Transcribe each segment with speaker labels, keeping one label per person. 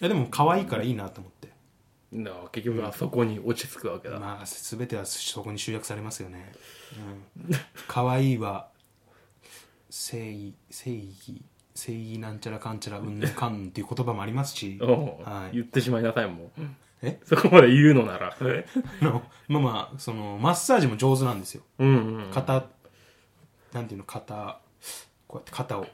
Speaker 1: やでも可愛いからいいなと思って
Speaker 2: だから結局あそこに落ち着くわけだ、
Speaker 1: まあ全てはそこに集約されますよね、うん、可愛いは正義正義正義なんちゃらかんちゃらうんぬんかんぬんっていう言葉もあります し
Speaker 2: おう
Speaker 1: はい
Speaker 2: 言ってしまいなさいもう
Speaker 1: え
Speaker 2: そこまで言うのなら
Speaker 1: あのまあまあそのマッサージも上手なんですよ
Speaker 2: うんうん
Speaker 1: 肩なんていうの肩こうやって肩を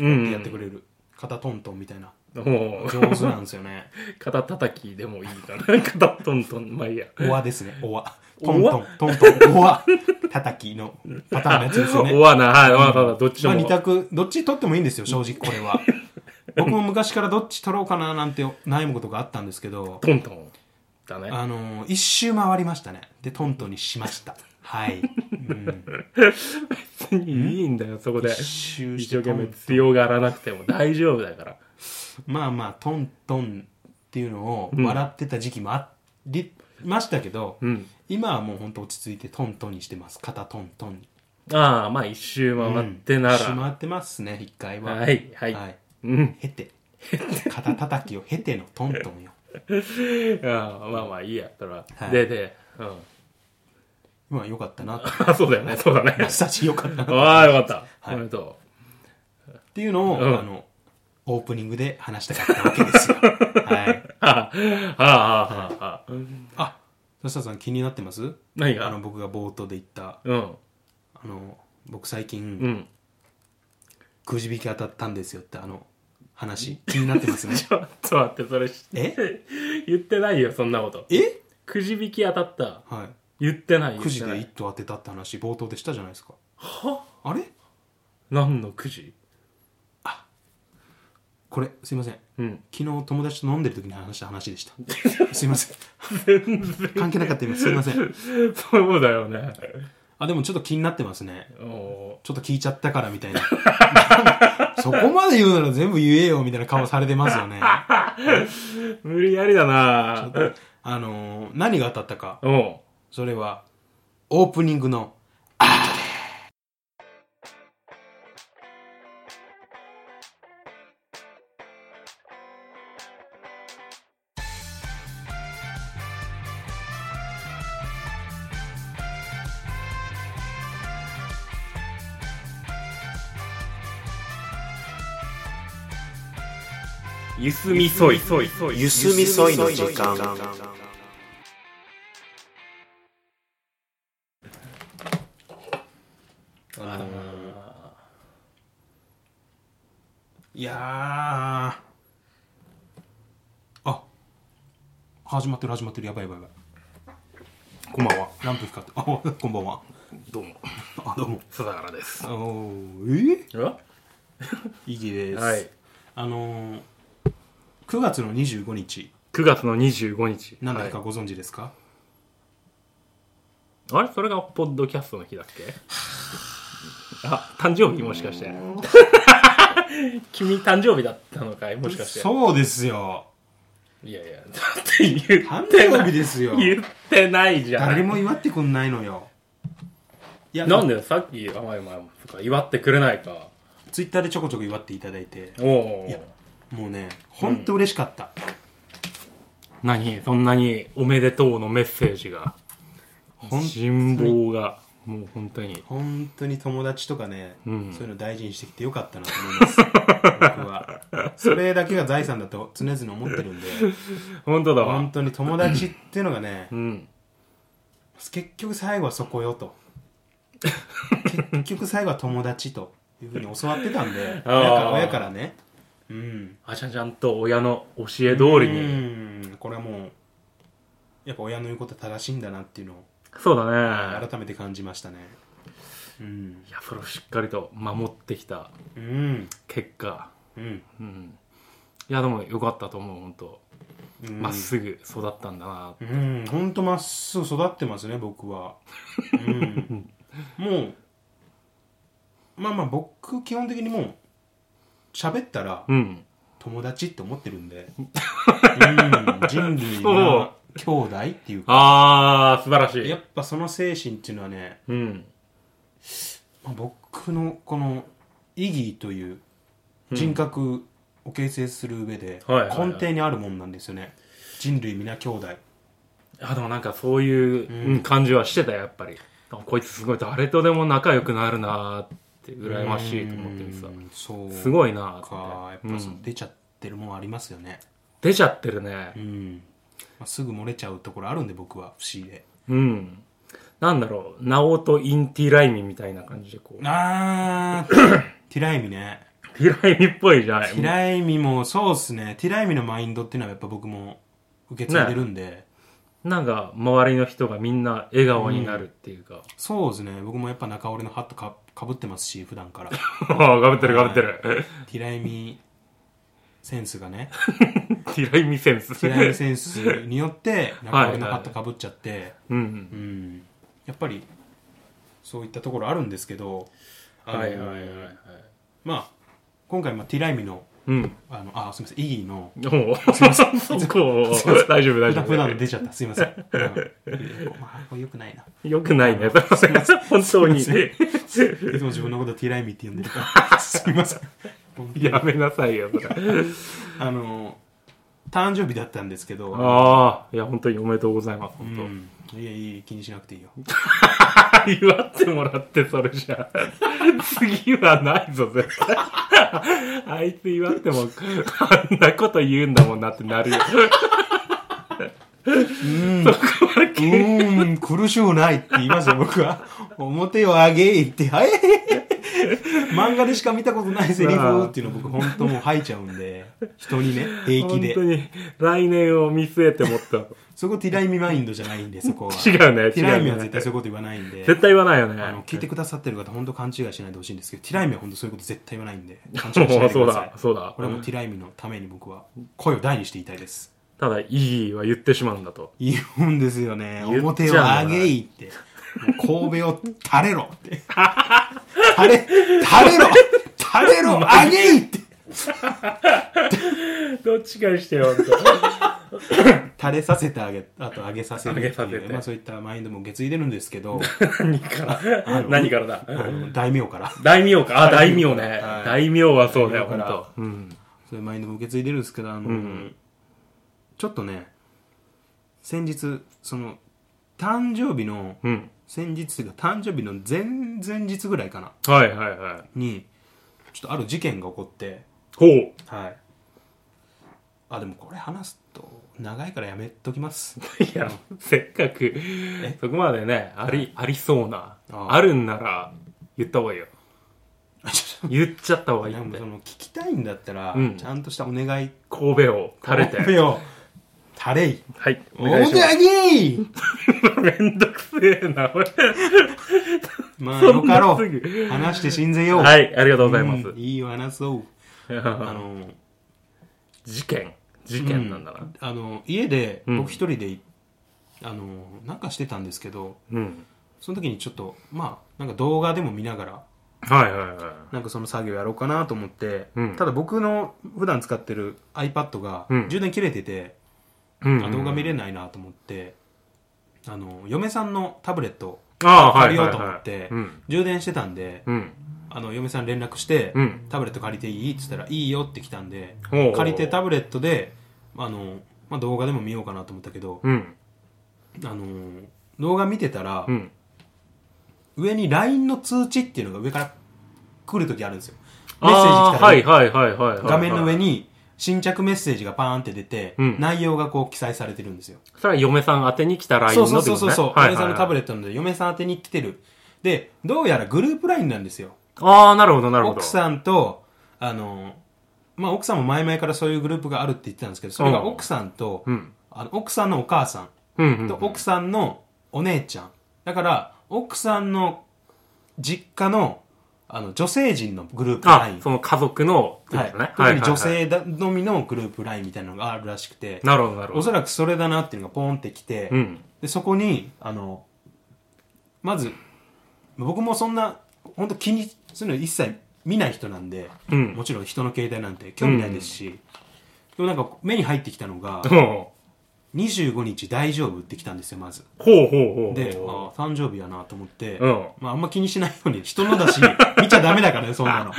Speaker 2: うん
Speaker 1: やってくれる肩トントンみたいな
Speaker 2: もう
Speaker 1: 上手なんですよ ね
Speaker 2: 肩叩きでもいいかな肩トントンまあいいや
Speaker 1: おわですねおわ
Speaker 2: お
Speaker 1: トントン
Speaker 2: わ
Speaker 1: トントンおわ叩きのパターンのやつですよね
Speaker 2: おわなはいまあただどっちで
Speaker 1: まあ
Speaker 2: も、
Speaker 1: 二択どっち取ってもいいんですよ正直これ は僕も昔からどっち取ろうかななんて悩むことがあったんですけど
Speaker 2: トントンだね
Speaker 1: あのー一周回りましたねでトントンにしましたはい、うん、
Speaker 2: 別にいいんだよそこで
Speaker 1: 一周し
Speaker 2: 一
Speaker 1: て
Speaker 2: 生懸
Speaker 1: トン
Speaker 2: 命強がらなくても大丈夫だから
Speaker 1: まあまあトントンっていうのを笑ってた時期もあり、ましたけど、
Speaker 2: うん
Speaker 1: 今はもうほんと落ち着いてトントンにしてます肩トントンに
Speaker 2: ああまあ一周回ってなら、
Speaker 1: うん回ってますね一回は
Speaker 2: はいはい
Speaker 1: はい、
Speaker 2: うん
Speaker 1: 経て肩叩きを経てのトントンよ
Speaker 2: ああまあまあいいやそれは、
Speaker 1: はい
Speaker 2: でで、うん、
Speaker 1: 今よかったなと
Speaker 2: あそうだよねそうだ
Speaker 1: マッ
Speaker 2: ね
Speaker 1: サージよかったなと
Speaker 2: ああよかった、
Speaker 1: はい
Speaker 2: おめでと
Speaker 1: っていうのを、
Speaker 2: うん
Speaker 1: あのオープニングで話したかったわけ ですよはい
Speaker 2: はあはあはあはあ
Speaker 1: あそしたらさん気になってます
Speaker 2: 何
Speaker 1: あ
Speaker 2: が
Speaker 1: の僕が冒頭で言った
Speaker 2: うん
Speaker 1: あの僕最近、
Speaker 2: うん
Speaker 1: くじ引き当たったんですよってあの話気になってます ね
Speaker 2: ちょっと待ってそれ知って
Speaker 1: え
Speaker 2: 言ってないよそんなこと
Speaker 1: え
Speaker 2: くじ引き当たった
Speaker 1: は
Speaker 2: 言ってない
Speaker 1: い
Speaker 2: 言
Speaker 1: く
Speaker 2: って
Speaker 1: じ
Speaker 2: な
Speaker 1: で
Speaker 2: い
Speaker 1: 一頭当てたって話冒頭でしたじゃないですか
Speaker 2: は
Speaker 1: あれ
Speaker 2: 何のくじ
Speaker 1: これすいません
Speaker 2: うん
Speaker 1: 昨日友達と飲んでる時に話した話で したすいません
Speaker 2: 全然
Speaker 1: 関係なかった今すいません
Speaker 2: そうだよね
Speaker 1: あでもちょっと気になってますね
Speaker 2: お
Speaker 1: ちょっと聞いちゃったからみたいな そこまで言うなら全部言えよみたいな顔されてますよね
Speaker 2: ー無理やりだな
Speaker 1: あのー何が当たったか
Speaker 2: お
Speaker 1: それはオープニングの
Speaker 2: ゆすみそいそいそい
Speaker 3: ゆすみそいの時間
Speaker 1: あのーいやーあ始まってる始まってるやばいやばいやばい
Speaker 2: こんばんは
Speaker 1: ランプ光ってあこんばんは
Speaker 2: どうも
Speaker 1: あどうも
Speaker 2: 笹原です
Speaker 1: あのーえ
Speaker 2: は
Speaker 1: ー、イギです、
Speaker 2: い
Speaker 1: あのー、9月の25日
Speaker 2: 9月の25日
Speaker 1: 何だかご存知ですか、
Speaker 2: はいあれそれがポッドキャストの日だっけあ誕生日もしかして 君誕生日だったのかいもしかして
Speaker 1: そうですよ
Speaker 2: いやいやだって言
Speaker 1: 誕
Speaker 2: って
Speaker 1: 生
Speaker 2: な
Speaker 1: 日
Speaker 2: い
Speaker 1: ですよ
Speaker 2: 言ってないじゃん
Speaker 1: 誰も祝ってくんないのよいや
Speaker 2: なんでさっき甘い前もそっか祝ってくれないか
Speaker 1: ツイッターでちょこちょこ祝っていただいて
Speaker 2: おお
Speaker 1: いやもうねほんと嬉しかった、
Speaker 2: 何そんなにおめでとうのメッセージが
Speaker 1: ほん
Speaker 2: 人望がもう本当に
Speaker 1: 本当に友達とかね、
Speaker 2: うん
Speaker 1: そういうの大事にしてきてよかったなと思います 僕はそれだけが財産だと常々思ってるんで
Speaker 2: 本当だわ
Speaker 1: 本当に友達っていうのがね
Speaker 2: うん
Speaker 1: 結局最後はそこよと結局最後は友達というふうに教わってたんで親
Speaker 2: あー
Speaker 1: から親からねうん
Speaker 2: あちゃんちゃんと親の教え通りに
Speaker 1: うんこれはもうやっぱ親の言うことは正しいんだなっていうのを
Speaker 2: そうだね
Speaker 1: 改めて感じましたねうん
Speaker 2: いやそれをしっかりと守ってきた
Speaker 1: うん
Speaker 2: 結果
Speaker 1: うん
Speaker 2: うんいやでも良かったと思う本当
Speaker 1: うん
Speaker 2: まっすぐ育ったんだな
Speaker 1: うんほんとまっすぐ育ってますね僕は、うん、もうまあまあ僕基本的にもう喋ったら
Speaker 2: うん
Speaker 1: 友達って思ってるんで、うん、人類は兄弟っていうか
Speaker 2: あー素晴らし
Speaker 1: や
Speaker 2: い
Speaker 1: っぱその精神っていうのはね
Speaker 2: うん
Speaker 1: まあ僕のこの意義という人格を形成する上で
Speaker 2: はいはいはい
Speaker 1: 根底にあるもんなんですよね人類皆兄弟
Speaker 2: あでもなんかそういう、うん、感じはしてたよやっぱりあこいつすごい誰とでも仲良くなるなーって羨ましいと思ってるさ
Speaker 1: うんそう
Speaker 2: すごいなー
Speaker 1: か
Speaker 2: って、
Speaker 1: や
Speaker 2: う
Speaker 1: っぱそ
Speaker 2: ん、
Speaker 1: 出ちゃってるもんありますよね
Speaker 2: 出ちゃってるね
Speaker 1: うん、まあ、すぐ漏れちゃうところあるんで僕は不思議で
Speaker 2: うんなんだろうナオとインティライミみたいな感じで こう
Speaker 1: あー ティライミね
Speaker 2: ティライミっぽいじゃない
Speaker 1: ティライミもそうっすねティライミのマインドっていうのはやっぱ僕も受け継いでるんで、
Speaker 2: なんか周りの人がみんな笑顔になるっていう か、
Speaker 1: そうですね僕もやっぱ中折れのハットかかぶってますし普段から
Speaker 2: ああかぶってるかぶってる
Speaker 1: ティライミセンスがね
Speaker 2: ティライミセンス
Speaker 1: ティライミセンスによって中折れのハットかぶっちゃって、
Speaker 2: うん
Speaker 1: うんやっぱりそういったところあるんですけどあの
Speaker 2: はいはいはいはい
Speaker 1: まあ今回まあティライミの
Speaker 2: うん
Speaker 1: あのあすみませんイギーの
Speaker 2: おうそこ大丈夫
Speaker 1: 普
Speaker 2: 大丈
Speaker 1: 段普段
Speaker 2: 夫
Speaker 1: 出ちゃったすいません、うんまあこれよくないな
Speaker 2: よくないねそれ本当に
Speaker 1: すいいつも自分のことティライミって呼んでるからすみません本当に
Speaker 2: やめなさいよそれ
Speaker 1: あの誕生日だったんですけど
Speaker 2: ああいや本当におめでとうございます
Speaker 1: う
Speaker 2: 本当、
Speaker 1: んいやいい気にしなくていいよ
Speaker 2: 祝ってもらってそれじゃ次はないぞ絶対あいつ祝ってもあんなこと言うんだもんなってなるよ
Speaker 1: うんうん苦しゅうないって言いますよ僕は表を上げいってはい漫画でしか見たことないセリフっていうの僕本当もう吐いちゃうんで人にね平気
Speaker 2: 本
Speaker 1: で
Speaker 2: 当に来年を見据えてもっ と
Speaker 1: そこティライミマインドじゃないん でそこは
Speaker 2: 違うね
Speaker 1: ティライミは
Speaker 2: 違うね
Speaker 1: 絶対そういうこと言わないんで
Speaker 2: 絶対言わないよね
Speaker 1: あの聞いてくださってる方本当勘違いしないでほしいんですけどティライミは本当そういうこと絶対言わないんで勘違いしない
Speaker 2: もう
Speaker 1: で
Speaker 2: そ
Speaker 1: く
Speaker 2: う
Speaker 1: ださい
Speaker 2: だそうだ
Speaker 1: これはもうティライミのために僕は声を大にして言いたいです
Speaker 2: ただイギーは言ってしまうん だと
Speaker 1: 言うんですよね
Speaker 2: 言っ
Speaker 1: 表を
Speaker 2: ちゃ
Speaker 1: 上
Speaker 2: うんだ
Speaker 1: げいってもう神戸を垂れろって垂れ垂れろ垂れ ろ上げいって
Speaker 2: どっちかにしてよ
Speaker 1: 垂れさせてあげあと上げさせるっていう
Speaker 2: 上げさせて
Speaker 1: まあ、そういったマインドも受け継いでるんですけど
Speaker 2: 何から
Speaker 1: の
Speaker 2: 何からだ
Speaker 1: あの大名から
Speaker 2: 大名かあ大名ね
Speaker 1: はい
Speaker 2: 大名はそうだよ
Speaker 1: 大名から
Speaker 2: 本当うん
Speaker 1: そういうマインドも受け継いでるんですけど、あの
Speaker 2: ん
Speaker 1: ちょっとね先日その誕生日の
Speaker 2: うん
Speaker 1: 先日というか誕生日の前々日ぐらいかな
Speaker 2: はいはいはい
Speaker 1: にちょっとある事件が起こって
Speaker 2: ほう
Speaker 1: はいあでもこれ話すと長いからやめとき ます
Speaker 2: いや、せっかく、そこまでね、あり、ありそうな、
Speaker 1: あ
Speaker 2: あるんなら、言った方がいいよ。
Speaker 1: あちょっ
Speaker 2: 言っちゃった方
Speaker 1: と
Speaker 2: がいい
Speaker 1: で
Speaker 2: っ
Speaker 1: も
Speaker 2: て
Speaker 1: そ。の聞きたいんだったら、
Speaker 2: うん
Speaker 1: ちゃんとしたお願い
Speaker 2: 神戸を垂れ
Speaker 1: お
Speaker 2: て。
Speaker 1: めよ垂れい
Speaker 2: はい、お
Speaker 1: お
Speaker 2: 願いし
Speaker 1: であげい
Speaker 2: ます。 めんどくせえな、俺。
Speaker 1: まあ
Speaker 2: そ
Speaker 1: よ
Speaker 2: ん
Speaker 1: か
Speaker 2: な
Speaker 1: ろ
Speaker 2: す
Speaker 1: う
Speaker 2: ぐ。
Speaker 1: 話して信ぜよう
Speaker 2: はい、ありがとうございます
Speaker 1: うん。いいよ話そう あの
Speaker 2: 事件。事件なんだな。
Speaker 1: あの家で
Speaker 2: うん
Speaker 1: 僕一人で、あのなんかしてたんですけど
Speaker 2: うん。
Speaker 1: その時にちょっとまあなんか動画でも見ながら
Speaker 2: はいはいは
Speaker 1: なんかその作業やろうかなと思って、
Speaker 2: うん
Speaker 1: ただ僕の普段使ってる iPad が
Speaker 2: うん
Speaker 1: 充電切れてて、
Speaker 2: い。うん
Speaker 1: あ動画見れないなと思ってあの嫁さんのタブレット
Speaker 2: ああ、は
Speaker 1: 借
Speaker 2: い。
Speaker 1: りようと思
Speaker 2: はい
Speaker 1: って、
Speaker 2: うん。
Speaker 1: 充電してたんで、
Speaker 2: うん。
Speaker 1: あの嫁さん連絡して、
Speaker 2: うん
Speaker 1: タブレット借りていいって言ったらいいよって来たんで
Speaker 2: ほうほう
Speaker 1: 借りてタブレットであの、まあ、動画でも見ようかなと思ったけど、
Speaker 2: うん。
Speaker 1: あのー動画見てたら、
Speaker 2: うん。
Speaker 1: 上に LINE の通知っていうのが上から来るときあるんですよメッセー
Speaker 2: あ
Speaker 1: ジ
Speaker 2: あ
Speaker 1: 来たら、
Speaker 2: はいはいはいはいはい。
Speaker 1: 画面の上。に新着メッセージがパーンって出て、
Speaker 2: うん
Speaker 1: 内容がこう記載されてるんですよ、
Speaker 2: それは嫁さん宛てに来た LINE
Speaker 1: そ
Speaker 2: の
Speaker 1: う
Speaker 2: っ
Speaker 1: そ
Speaker 2: てこ
Speaker 1: う
Speaker 2: とね
Speaker 1: そうそうそう、
Speaker 2: はいはい
Speaker 1: 嫁さんのタブ
Speaker 2: はい
Speaker 1: レットなので嫁さん宛てに来てるでどうやらグループ LINE なんですよ
Speaker 2: ああ、なるほどなるほど。
Speaker 1: 奥さんとあのーまあ奥さんも前々からそういうグループがあるって言ってたんですけどそれが奥さんと、
Speaker 2: うん。
Speaker 1: あの奥さんのお母さん
Speaker 2: うんうんうん。
Speaker 1: と奥さんのお姉ちゃん。だから、奥さんの実家の、あの、女性陣のグループライ
Speaker 2: あ
Speaker 1: ン、。
Speaker 2: その家族の、
Speaker 1: はい。
Speaker 2: ね。
Speaker 1: 特に女
Speaker 2: はいはいはい
Speaker 1: 性だのみのグループラインみたいなのがあるらしくて、
Speaker 2: なるほど、なるほ
Speaker 1: お
Speaker 2: ど。
Speaker 1: そらくそれだなっていうのがポンってきて、
Speaker 2: うん。
Speaker 1: で、そこに、あの、まず、僕もそんな、本当気にするの一切見ない人なんで、
Speaker 2: うん
Speaker 1: もち ろん人の携帯なんて興味ないですし、でもなんか目に入ってきたのが、
Speaker 2: うん
Speaker 1: 25日大丈夫って来たんですよ、まず。
Speaker 2: ほうほうほう。
Speaker 1: で、あ
Speaker 2: ほ
Speaker 1: あ誕生日やなと思って、
Speaker 2: うん
Speaker 1: まああんま気にしないように、人のだし、見ちゃダメだ からね、そんなの。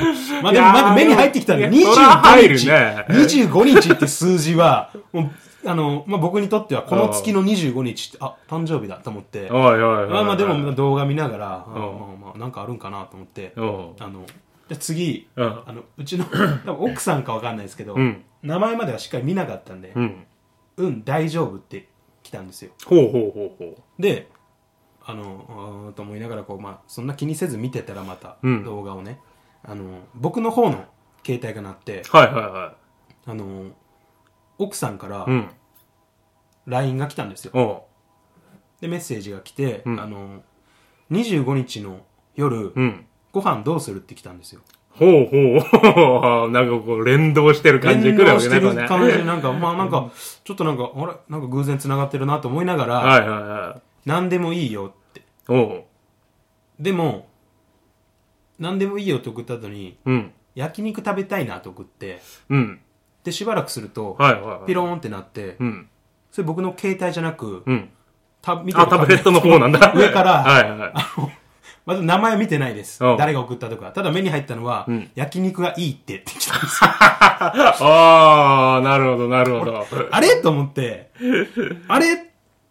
Speaker 1: まあで
Speaker 2: いや
Speaker 1: もな
Speaker 2: ー
Speaker 1: んか目に入ってきたんで、
Speaker 2: いやそら入
Speaker 1: 25
Speaker 2: る
Speaker 1: 日、
Speaker 2: ね
Speaker 1: 25日って数字は、もう、あの、まあ僕にとってはこの月の25日って、あ、誕生日だと思って
Speaker 2: う、おいおいおい。
Speaker 1: まあまあでも動画見ながら、あ
Speaker 2: うん
Speaker 1: まあまあなんかあるんかなと思って、
Speaker 2: うん。
Speaker 1: あの、で次、
Speaker 2: うん
Speaker 1: あの、う ちの、多分奥さんかわかんないですけど、
Speaker 2: うん
Speaker 1: 名前まではしっかり見なかったんで、
Speaker 2: うん。
Speaker 1: うん、大丈夫って来たんですよ。
Speaker 2: ほうほうほうほう。
Speaker 1: で、あの、うーんと思いながら、こう、まあ、そんな気にせず見てたらまた、
Speaker 2: うん
Speaker 1: 動画をね、あの、僕の方の携帯が鳴って、
Speaker 2: はいはいは
Speaker 1: あの、奥さんから
Speaker 2: い。うん。
Speaker 1: LINE が来たんですよ。
Speaker 2: おう。
Speaker 1: で、メッセージが来て、
Speaker 2: うん
Speaker 1: あの、25日の夜、
Speaker 2: うん。
Speaker 1: ご飯どうするって来たんですよ。
Speaker 2: ほうほう。なん かこう、連動してる感じで来るわけね、
Speaker 1: 連動
Speaker 2: こ
Speaker 1: してる
Speaker 2: れね。
Speaker 1: 感じ で、なんか、まあなんか、ちょっとなんか、あれなんか偶然繋がってるなと思いながら、
Speaker 2: はいはいはい。
Speaker 1: 何でもいいよって。
Speaker 2: おう。
Speaker 1: でも、何でもいいよって送った後に、
Speaker 2: うん。
Speaker 1: 焼肉食べたいなと送って、
Speaker 2: うん。
Speaker 1: で、しばらくすると、
Speaker 2: はいはいはい。
Speaker 1: ピローンってなって、
Speaker 2: うん。
Speaker 1: それ僕の携帯じゃなく、
Speaker 2: うん。
Speaker 1: た見て
Speaker 2: あ、
Speaker 1: る
Speaker 2: タブレットの
Speaker 1: タブ
Speaker 2: 方なん だ。
Speaker 1: 上から
Speaker 2: はいはいはい。
Speaker 1: まだ名前見てないです。
Speaker 2: うん
Speaker 1: 誰が送ったとか。ただ目に入ったのは、
Speaker 2: うん
Speaker 1: 焼肉がいいって ってきたんですよ。
Speaker 2: ああ、なるほど、なるほど。
Speaker 1: あれと思って、あれっ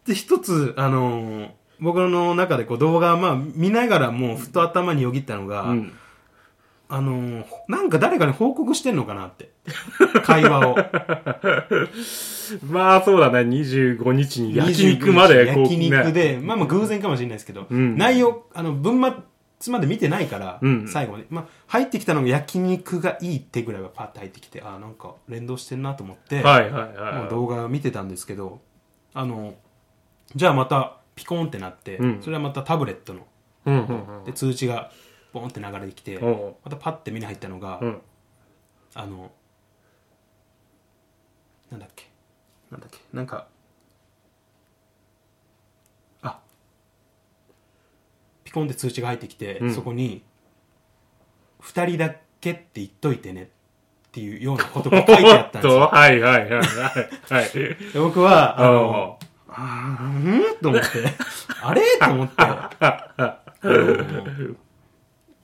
Speaker 1: て一つ、あのー僕の中でこう動画、まあ見ながらもうふと頭によぎったのが、
Speaker 2: うん。
Speaker 1: あのーなんか誰かに報告してんのかなって。会話を。
Speaker 2: まあそうだね、25日に焼肉までこう、
Speaker 1: 焼肉
Speaker 2: ね、
Speaker 1: で、まあまあ偶然かもしれないですけど、
Speaker 2: うん
Speaker 1: 内容、あの、文末まで見てないから、
Speaker 2: うん
Speaker 1: 最後まで。まあ、入ってきたのが焼肉がいいってぐらいはパッと入ってきて、ああ、なんか連動してんなと思って、
Speaker 2: はいはいは
Speaker 1: もう
Speaker 2: い。
Speaker 1: 動画見てたんですけど、あの、じゃあまたピコーンってなって、
Speaker 2: うん
Speaker 1: それはまたタブレットの、
Speaker 2: うんうん
Speaker 1: で、通知がボーンって流れてきて、
Speaker 2: うん。おう
Speaker 1: またパッて目に入ったのが、
Speaker 2: うん。
Speaker 1: あの、なんだっけ、なんだっけ、なんか、あピコンって通知が入ってきて、
Speaker 2: うん
Speaker 1: そこに、二人だけって言っといてねっていうようなことが書いてあ ったんです
Speaker 2: おっと
Speaker 1: よ。
Speaker 2: はいはいはいはい。はい。
Speaker 1: で僕は、あの、
Speaker 2: お
Speaker 1: あーうんと思って、 あれと 思って、あの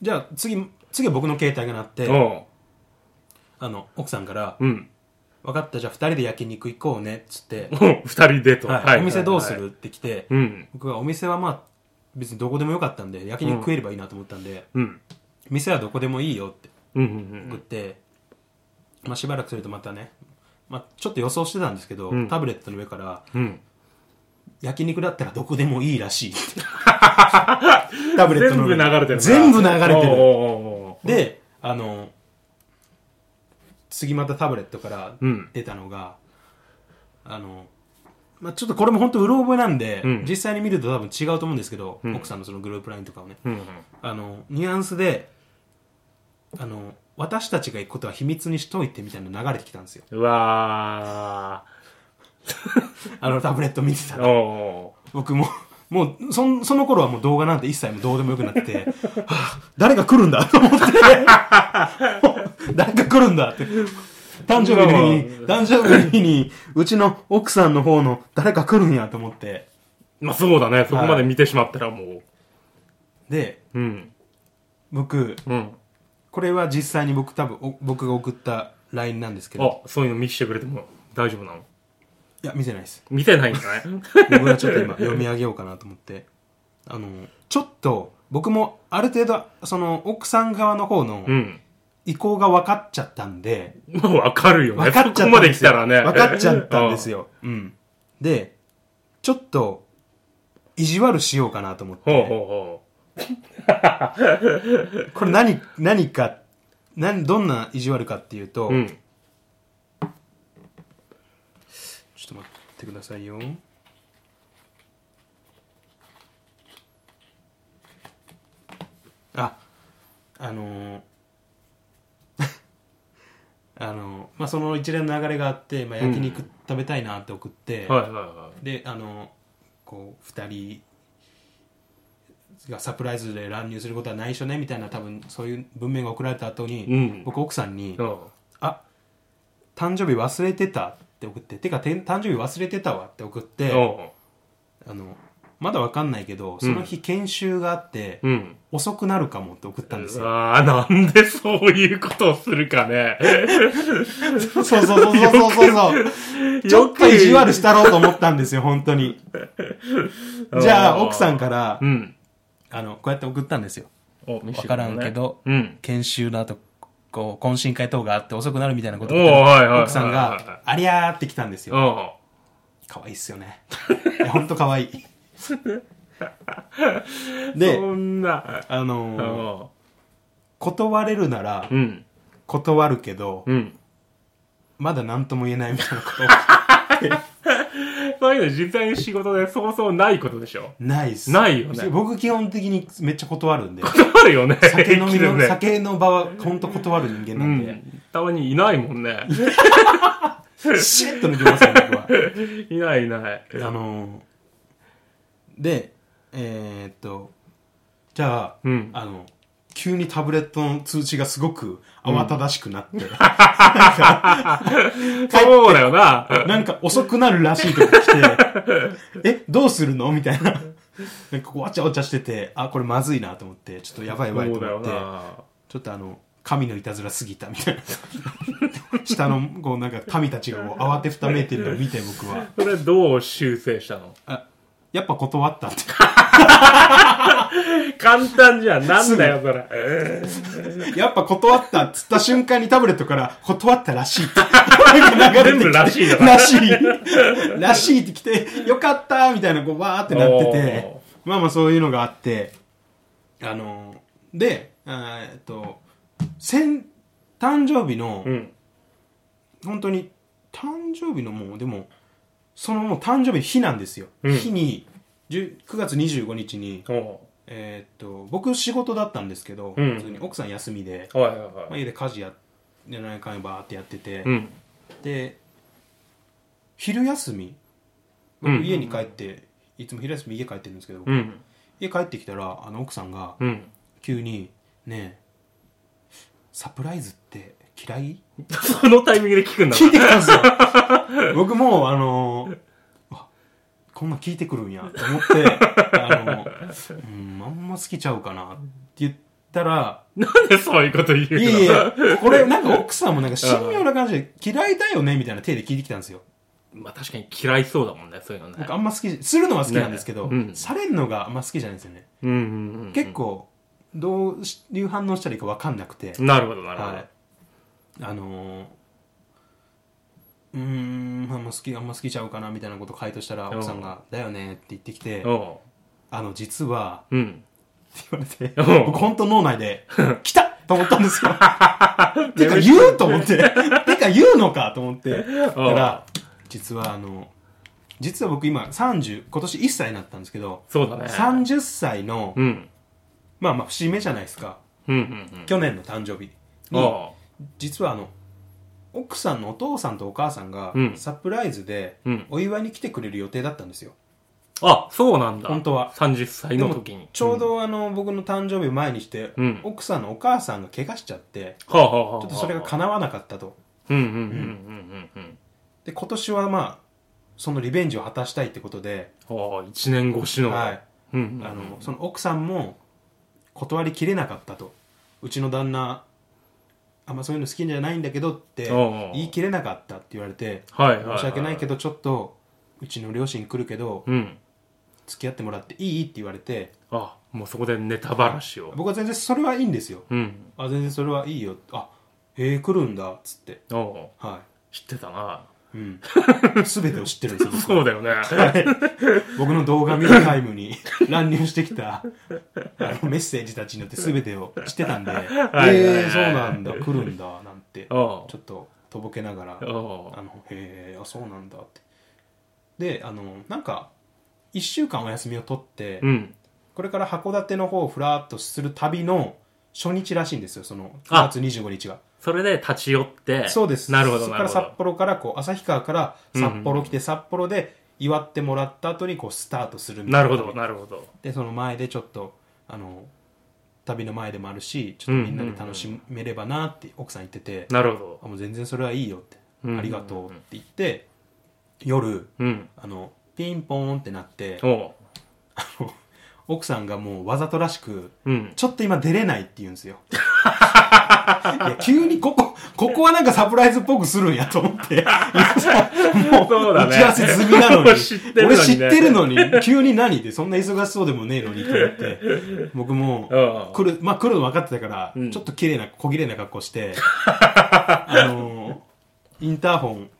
Speaker 1: じゃあ次、次は僕の携帯が鳴っ
Speaker 2: う
Speaker 1: て、
Speaker 2: お
Speaker 1: あの、奥さんから、
Speaker 2: ううん。
Speaker 1: 分かった、じゃあ二人で焼肉行こうね、っつって、
Speaker 2: おう二人でと。
Speaker 1: はいお店どうするって来て、
Speaker 2: うん。
Speaker 1: 僕はお店はまあ別にどこでもよかったんで焼肉食えればいいなと思ったんで、
Speaker 2: うん。
Speaker 1: 店はどこでもいいよって
Speaker 2: うんうんう
Speaker 1: 送っ
Speaker 2: ん。
Speaker 1: て、まあ、しばらくするとまたね、まあ、ちょっと予想してたんですけど、
Speaker 2: うん
Speaker 1: タブレットの上から
Speaker 2: うん。
Speaker 1: 焼肉だったらどこでもいいらしいって タブレット
Speaker 2: 全
Speaker 1: の
Speaker 2: 部
Speaker 1: 上
Speaker 2: 流れてるな。
Speaker 1: 全部流れて
Speaker 2: おう
Speaker 1: る
Speaker 2: おうおうおう
Speaker 1: であの次またタブレットから
Speaker 2: うん
Speaker 1: 出たのが、あの、まあ、ちょっとこれも本当うろ覚えなんで、
Speaker 2: うん
Speaker 1: 実際に見ると多分違うと思うんですけど、
Speaker 2: ん
Speaker 1: 奥さんのそのグループラインとかをね、
Speaker 2: うんうん。
Speaker 1: あのニュアンスであの私たちが行くことは秘密にしといてみたいなの流れてきたんですよ
Speaker 2: うわ
Speaker 1: あのタブレット見てた
Speaker 2: ー。
Speaker 1: ら
Speaker 2: お
Speaker 1: 僕ももうそんその頃はもう動画なんて一切もうどうでもよくなってて、はあ、誰が来るんだと 思って誰が来るんだって誕生日の日に誕生日の日にうちの奥さんの方の誰か来るんやと思って
Speaker 2: うまあそうだね、そこまで見てしまったらもう。
Speaker 1: で
Speaker 2: うん。
Speaker 1: 僕
Speaker 2: うん。
Speaker 1: これは実際に僕多分お僕が送った LINE なんですけど
Speaker 2: あ、そういうの見せてくれても大丈夫なの
Speaker 1: いや見てないです
Speaker 2: 見てないんじゃない
Speaker 1: 僕はちょっと今読み上げようかなと思ってあのちょっと僕もある程度その奥さん側の方の
Speaker 2: うん。
Speaker 1: 意向が分かっちゃったんで、
Speaker 2: まあわかるよね。
Speaker 1: 分かっちゃ
Speaker 2: そ
Speaker 1: っ
Speaker 2: こ
Speaker 1: た
Speaker 2: ま
Speaker 1: ん
Speaker 2: で
Speaker 1: で
Speaker 2: 来
Speaker 1: すよ
Speaker 2: たらね。
Speaker 1: 分かっちゃったんですよ、うん、でちょっと意地悪しようかなと思っ
Speaker 2: うん。
Speaker 1: て
Speaker 2: ほうほ
Speaker 1: これ何何か何どんな意地悪かっていうと、
Speaker 2: うほう。うん。
Speaker 1: ちょっと待ってくださいよああのー あのーまあその一連の流れがあって、まあ、焼肉食べたいなって送って、
Speaker 2: はいはいは
Speaker 1: であのーこう2人がサプライズで乱入することは内緒ねみたいな多分そういう文面が送られた後に、
Speaker 2: うん
Speaker 1: 僕奥さんに
Speaker 2: い。うん。
Speaker 1: 「あ誕生日忘れてた」ってって送って、てか、てん誕生日忘れてたわって送って、
Speaker 2: お
Speaker 1: あの、まだわかんないけど、その日研修があって、
Speaker 2: ううん。
Speaker 1: 遅くなるかもって送ったんですよ。
Speaker 2: ああ、なんでそういうことをするかね。
Speaker 1: そうそうそうそうそうそう。ちょっと意地悪したろうと思ったんですよ、本当に。じゃあ、奥さん
Speaker 2: ら。
Speaker 1: から
Speaker 2: う、ん。
Speaker 1: あの、こうやって送ったんですよ。
Speaker 2: わ
Speaker 1: わからんけど
Speaker 2: うん。
Speaker 1: 研修の後、こう、懇親会等があって遅くなるみたいなことを
Speaker 2: おうはいはいはいはい
Speaker 1: 奥さんが、ありゃーって来たんですよ。
Speaker 2: おう
Speaker 1: 可愛いっすよね。いやほんと可 愛い。で
Speaker 2: そんな。
Speaker 1: あのー
Speaker 2: お
Speaker 1: 断れるなら
Speaker 2: う、うん。
Speaker 1: 断るけど、
Speaker 2: うん。
Speaker 1: まだ何とも言えないみたいなこ
Speaker 2: そういうの実際の仕事でそうそうないことでし ょ。
Speaker 1: と、ないっす。
Speaker 2: ないよね
Speaker 1: 僕基本的にめっちゃ断るんで、
Speaker 2: 断るよね。
Speaker 1: 酒飲みの、
Speaker 2: 生きてるね
Speaker 1: 酒の場はほんと断る人間
Speaker 2: う
Speaker 1: なんで、
Speaker 2: ん。たまにいないもん ね。
Speaker 1: シュッと抜けますよ、僕は。
Speaker 2: いないいない。
Speaker 1: あのーで、えーっと、じゃあ、
Speaker 2: うん
Speaker 1: あの、急にタブレットの通知がすごく慌ただしくなって、なんか
Speaker 2: そうだよな。
Speaker 1: なんか遅くなるらしいとか来て、 え、どうするのみたいな。なんかこう、わちゃわちゃしてて、あ、これまずいなと思って、ちょっとやばいやばいと
Speaker 2: そうだ
Speaker 1: 思って、
Speaker 2: よな。
Speaker 1: ちょっとあの、神のいたずらすぎたみたいな。下の、こうなんか民たちがこう慌てふためいてるのを見て僕は、
Speaker 2: それどう修正したの
Speaker 1: あ、やっぱ断ったって。
Speaker 2: 簡単じゃん。なんだよ、それ。
Speaker 1: やっぱ断ったっつった瞬間にタブレットから断ったらしいってなんか流れてきて
Speaker 2: 全部らしいよ
Speaker 1: らしい。らしいってきて、よかったみたいな、こう、わーってなってて、まあまあそういうのがあって、あのーで、あーえっと、先、誕生日の、
Speaker 2: うん。
Speaker 1: 本当に、誕生日のもう、でも、そのもう誕生日日なんですよ。
Speaker 2: うん
Speaker 1: 日に、10 9月25日に、
Speaker 2: お
Speaker 1: えーっと、僕仕事だったんですけど、
Speaker 2: うん
Speaker 1: 普通に奥さん休みで、
Speaker 2: うはいはい
Speaker 1: ま
Speaker 2: は
Speaker 1: あ、
Speaker 2: い。
Speaker 1: 家で家事ややらないかんバーってやってて、
Speaker 2: うん。
Speaker 1: で昼休み
Speaker 2: うん
Speaker 1: 僕家に帰って、いつも昼休み家帰ってるんですけど、
Speaker 2: うん。
Speaker 1: 家帰ってきたらあの奥さんが
Speaker 2: うん。
Speaker 1: 急に「ねえサプライズって嫌い?」
Speaker 2: そのタイミングで聞くんだ
Speaker 1: 聞いてきたんですよ 僕もあのーあこんなん聞いてくるんやと思って、あのーうん、あんま好きちゃうかなって言ったら、
Speaker 2: な。なんでそういうこと言うの
Speaker 1: いやいや、これなんか奥さんもなんか神妙な感じで嫌いだよねみたいな手で聞いてきたんですよ。
Speaker 2: まあ確かに嫌いそうだもんね、そういうの
Speaker 1: な
Speaker 2: ね
Speaker 1: んか。あんま好き、するのは好きなんですけど、
Speaker 2: ねうん
Speaker 1: されるのがあんま好きじゃないんですよね。
Speaker 2: うんうんうん。
Speaker 1: 結。構、どうしいう反応したらいいかわかんなくて、
Speaker 2: なるほど、なるほ
Speaker 1: はい。あのー、うーん、あんま好き、あんま好きちゃうかなみたいなこと回答したら
Speaker 2: うん
Speaker 1: 奥さんが、だよねって言ってきて
Speaker 2: ど。、お
Speaker 1: あの、実は、
Speaker 2: う。うん。
Speaker 1: って言われて、
Speaker 2: うん
Speaker 1: 僕本当脳内で、来たと思ったん ですよ。てか言うと思って。てか言うのかと思って。だから、実はあの、実は僕今30、今年1歳になったんですけど、
Speaker 2: そうだね。
Speaker 1: 30歳の、
Speaker 2: うん。
Speaker 1: まあまあ節目じゃないですか。
Speaker 2: うんうん
Speaker 1: 去年の誕生日
Speaker 2: うん。
Speaker 1: に、
Speaker 2: お
Speaker 1: 実はあの、奥さんのお父さんとお母さんが
Speaker 2: うん
Speaker 1: サプライズで
Speaker 2: うん
Speaker 1: お祝いに来てくれる予定だったんですよ。
Speaker 2: あ、そうなんだ。
Speaker 1: 本当は
Speaker 2: 30歳
Speaker 1: で
Speaker 2: の
Speaker 1: も
Speaker 2: 時に。
Speaker 1: ちょうどあの、僕の誕生日を前にして、
Speaker 2: うん
Speaker 1: 奥さんのお母さんが怪我しちゃって、
Speaker 2: はあはあはあ。
Speaker 1: ちょっとそれが叶わなかったと。
Speaker 2: うんうんうんうんうんうん。
Speaker 1: で、今年はまあ、そのリベンジを果たしたいってことで、
Speaker 2: ああ、一年越しの。
Speaker 1: はい。
Speaker 2: うんうんうん。
Speaker 1: あの、その奥さんも断りきれなかったと。うちの旦那、あんまそういうの好きじゃないんだけどって
Speaker 2: おうおう
Speaker 1: 言い切れなかったって言われて、
Speaker 2: はいはいは
Speaker 1: 申し訳ないけ
Speaker 2: ど。
Speaker 1: どちょっと、うちの両親来るけど、
Speaker 2: うん。
Speaker 1: 付き合ってもらっていいって言われて、
Speaker 2: あ、もうそこでネタばらしを。
Speaker 1: 僕は全然それはいいんですよ。
Speaker 2: うん。
Speaker 1: あ、全然それはいいよ。あ、へえ、来るんだ、っつって。
Speaker 2: おお
Speaker 1: は
Speaker 2: 知ってたな。
Speaker 1: い。 うん。すべてを知ってるんですよ、僕は
Speaker 2: そうだよね。
Speaker 1: 僕の動画見るタイムに乱入してきたあのメッセージたちによって全てを知ってたんで、
Speaker 2: い
Speaker 1: えー、そうなんだ、来るんだ、なんて、ち
Speaker 2: お
Speaker 1: ょ
Speaker 2: う
Speaker 1: っととぼけながら、あ
Speaker 2: お
Speaker 1: の
Speaker 2: お
Speaker 1: へえ、あ、そうなんだって。で、あの、なんか、1週間お休みを取って、
Speaker 2: うん。
Speaker 1: これから函館の方をふらっとする旅の初日らしいんですよ、その9
Speaker 2: あ
Speaker 1: 月25日が。
Speaker 2: それで立ち寄って。
Speaker 1: そうです。
Speaker 2: なるほど、
Speaker 1: そこ
Speaker 2: な
Speaker 1: か
Speaker 2: る
Speaker 1: ら
Speaker 2: ほ
Speaker 1: 札
Speaker 2: ど。
Speaker 1: 幌から、こう、旭川から札幌来て、札幌で祝ってもらった後に、こう、スタートするみたい
Speaker 2: な
Speaker 1: な
Speaker 2: るほど、なるほど。
Speaker 1: でその前でちょっとあの旅の前でもあるしちょっとみんなで楽しめればなって奥さん言ってて、
Speaker 2: なるほど。
Speaker 1: あもう全然それはいいよって、
Speaker 2: うん
Speaker 1: ありがとうって言って夜、
Speaker 2: うん。
Speaker 1: あの、ピンポーンってなって、
Speaker 2: おう。
Speaker 1: あの 奥さんがもうわざとらしく、
Speaker 2: うん。
Speaker 1: ちょっと今出れないって言うんですよ。いや、急にここ、ここはなんかサプライズっぽくするんやと思って。い やさも
Speaker 2: そう
Speaker 1: う、
Speaker 2: だ
Speaker 1: 打
Speaker 2: ね
Speaker 1: ち合わせ済みなのに。
Speaker 2: 俺知ってるのにね
Speaker 1: 俺知ってるのに、急に何って、そんな忙しそうでもねえのにと思って。僕も
Speaker 2: うん、
Speaker 1: 来る、まあ来るの分かってたから、
Speaker 2: うん
Speaker 1: ちょっと綺麗な、小綺麗な格好 して、あのーインターホン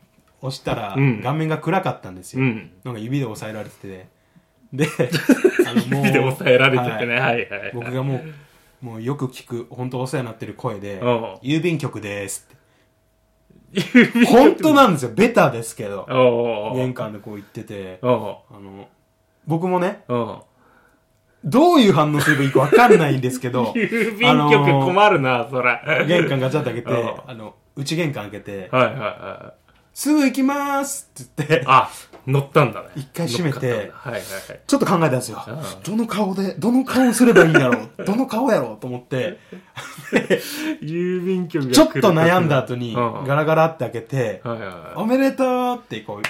Speaker 1: 押したら、
Speaker 2: うん
Speaker 1: 画面が暗かったんですよ。
Speaker 2: うん。
Speaker 1: なんか指で押さえられてて。 で、あのもう
Speaker 2: 指で抑えられててね。はいはいはい。
Speaker 1: 僕がもう、もうよく聞く、本当お世話になってる声で
Speaker 2: うん、
Speaker 1: 郵便局ですって。本当なんですよ。ベタですけど。
Speaker 2: おうおう
Speaker 1: 玄関でこう言ってて、
Speaker 2: おう。お
Speaker 1: あの、僕もね、
Speaker 2: うおう。
Speaker 1: どういう反応すればいいかわかんないんですけど、
Speaker 2: 郵便局困るな、そら。はい
Speaker 1: 玄関ガチャッと開けて、
Speaker 2: うん
Speaker 1: あの、内玄関開けて、
Speaker 2: はいはい。
Speaker 1: すぐ行きますって言って、
Speaker 2: あ、乗ったんだね。
Speaker 1: 一回閉めて
Speaker 2: 乗っかったんだはいはいはい。
Speaker 1: ちょっと考えたんですよ
Speaker 2: う。ん
Speaker 1: どの顔で、どの顔すればいいんだろうどの顔やろうと思って、
Speaker 2: 郵便局が
Speaker 1: ちょっと悩んだ後に、
Speaker 2: うん
Speaker 1: ガラガラって開けて、
Speaker 2: はいはいは
Speaker 1: おめでとうってこ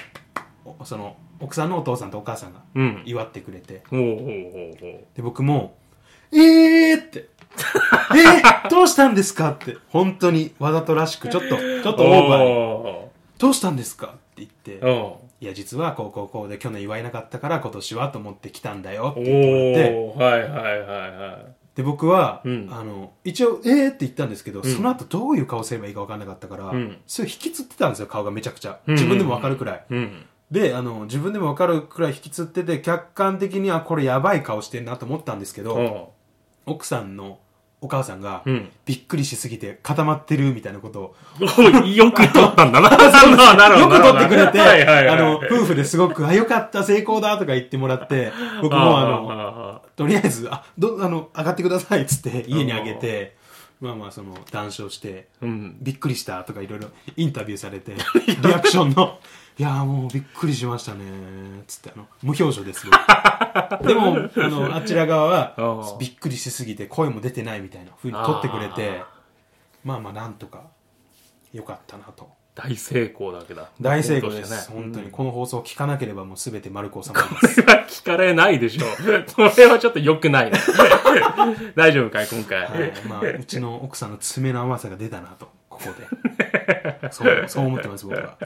Speaker 1: うおその奥さんのお父さんとお母さんが
Speaker 2: い。うん。
Speaker 1: 祝ってくれて
Speaker 2: おうおうおうおう。
Speaker 1: で僕も「えー!」って 「えー、どうしたんですか?」って本当にわざとらしくちょっとちょっとオーバーに
Speaker 2: お
Speaker 1: 「どうしたんですか?」って言って
Speaker 2: ーお
Speaker 1: 「いや実はこうこうこうで去年祝えなかったから今年はと思って来たんだよ」って
Speaker 2: ー
Speaker 1: 言ってもらって
Speaker 2: おーはいはいはいは
Speaker 1: で僕は、
Speaker 2: うん
Speaker 1: あの一応「えー!」って言ったんですけど、
Speaker 2: ん
Speaker 1: その後どういう顔すればいいか分かんなかったから、
Speaker 2: うん
Speaker 1: それ引きつってたんですよ顔がめちゃくちゃ
Speaker 2: うん
Speaker 1: 自分でも分かるくらい。
Speaker 2: い。うん。
Speaker 1: であの自分でも分かるくらい引きつってて客観的にはこれやばい顔してんなと思ったんですけど、
Speaker 2: お
Speaker 1: 奥さんのお母さんが、
Speaker 2: ううん。
Speaker 1: びっくりしすぎて固まってるみたいなこと を
Speaker 2: おいよく撮ったん だな。なる
Speaker 1: よ
Speaker 2: ほど
Speaker 1: く
Speaker 2: なるほど。
Speaker 1: 撮ってくれて、
Speaker 2: はいはいはい。
Speaker 1: あの夫婦ですごく「あよかった成功だ」とか言ってもらって僕もあの
Speaker 2: の、
Speaker 1: とりあえずあどあの「上がってください」っつって家にあげてまあまあその談笑して
Speaker 2: うん。
Speaker 1: びっくりしたとかいろいろインタビューさ れてリアクションの「いやーもうびっくりしましたね」つってあの無表情 ですよでもあのあちら側は
Speaker 2: うん
Speaker 1: びっくりしすぎて声も出てないみたいな風に撮ってくれて
Speaker 2: あ
Speaker 1: まあまあなんとかよかったなと
Speaker 2: 大成功だけだ。
Speaker 1: 大成功です、
Speaker 2: うん
Speaker 1: 本当にこの放送を聞かなければもう全て丸く収まりま
Speaker 2: こ
Speaker 1: す
Speaker 2: れは聞かれないでしょ。 それはちょっと良くないね。 大丈夫かい今回。
Speaker 1: はい、まあ、うちの奥さんの爪の甘さが出たなと、ここで。そう、そう思ってます、僕は。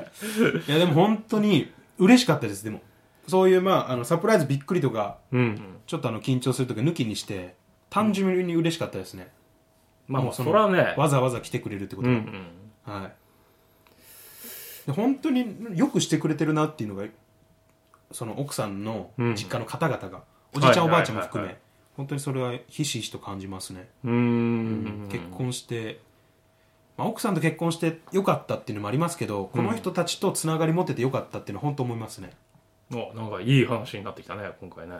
Speaker 1: いや、でも本当に嬉しかったです、でも。そういう、まあ、あの、サプライズびっくりとか、
Speaker 2: うん。
Speaker 1: ちょっとあの、緊張するとか抜きにして、単純に嬉しかったですね。
Speaker 2: まあもうそれ
Speaker 1: の
Speaker 2: はね。
Speaker 1: わざわざ来てくれるってこ
Speaker 2: う
Speaker 1: と
Speaker 2: んう
Speaker 1: が、
Speaker 2: ん。
Speaker 1: はい。で本当によくしてくれてるなっていうのが、その奥さんの実家の方々が、おじいちゃん、おばあちゃんも含
Speaker 2: はいはいはいは
Speaker 1: め、本当にそれはひしひしと感じますね。
Speaker 2: うーん。
Speaker 1: 結婚して、まあ、奥さんと結婚してよかったっていうのもありますけど、この人たちとつながり持っててよかったっていうのは本当思いますね
Speaker 2: おなんかいい話になってきたね、今回ね。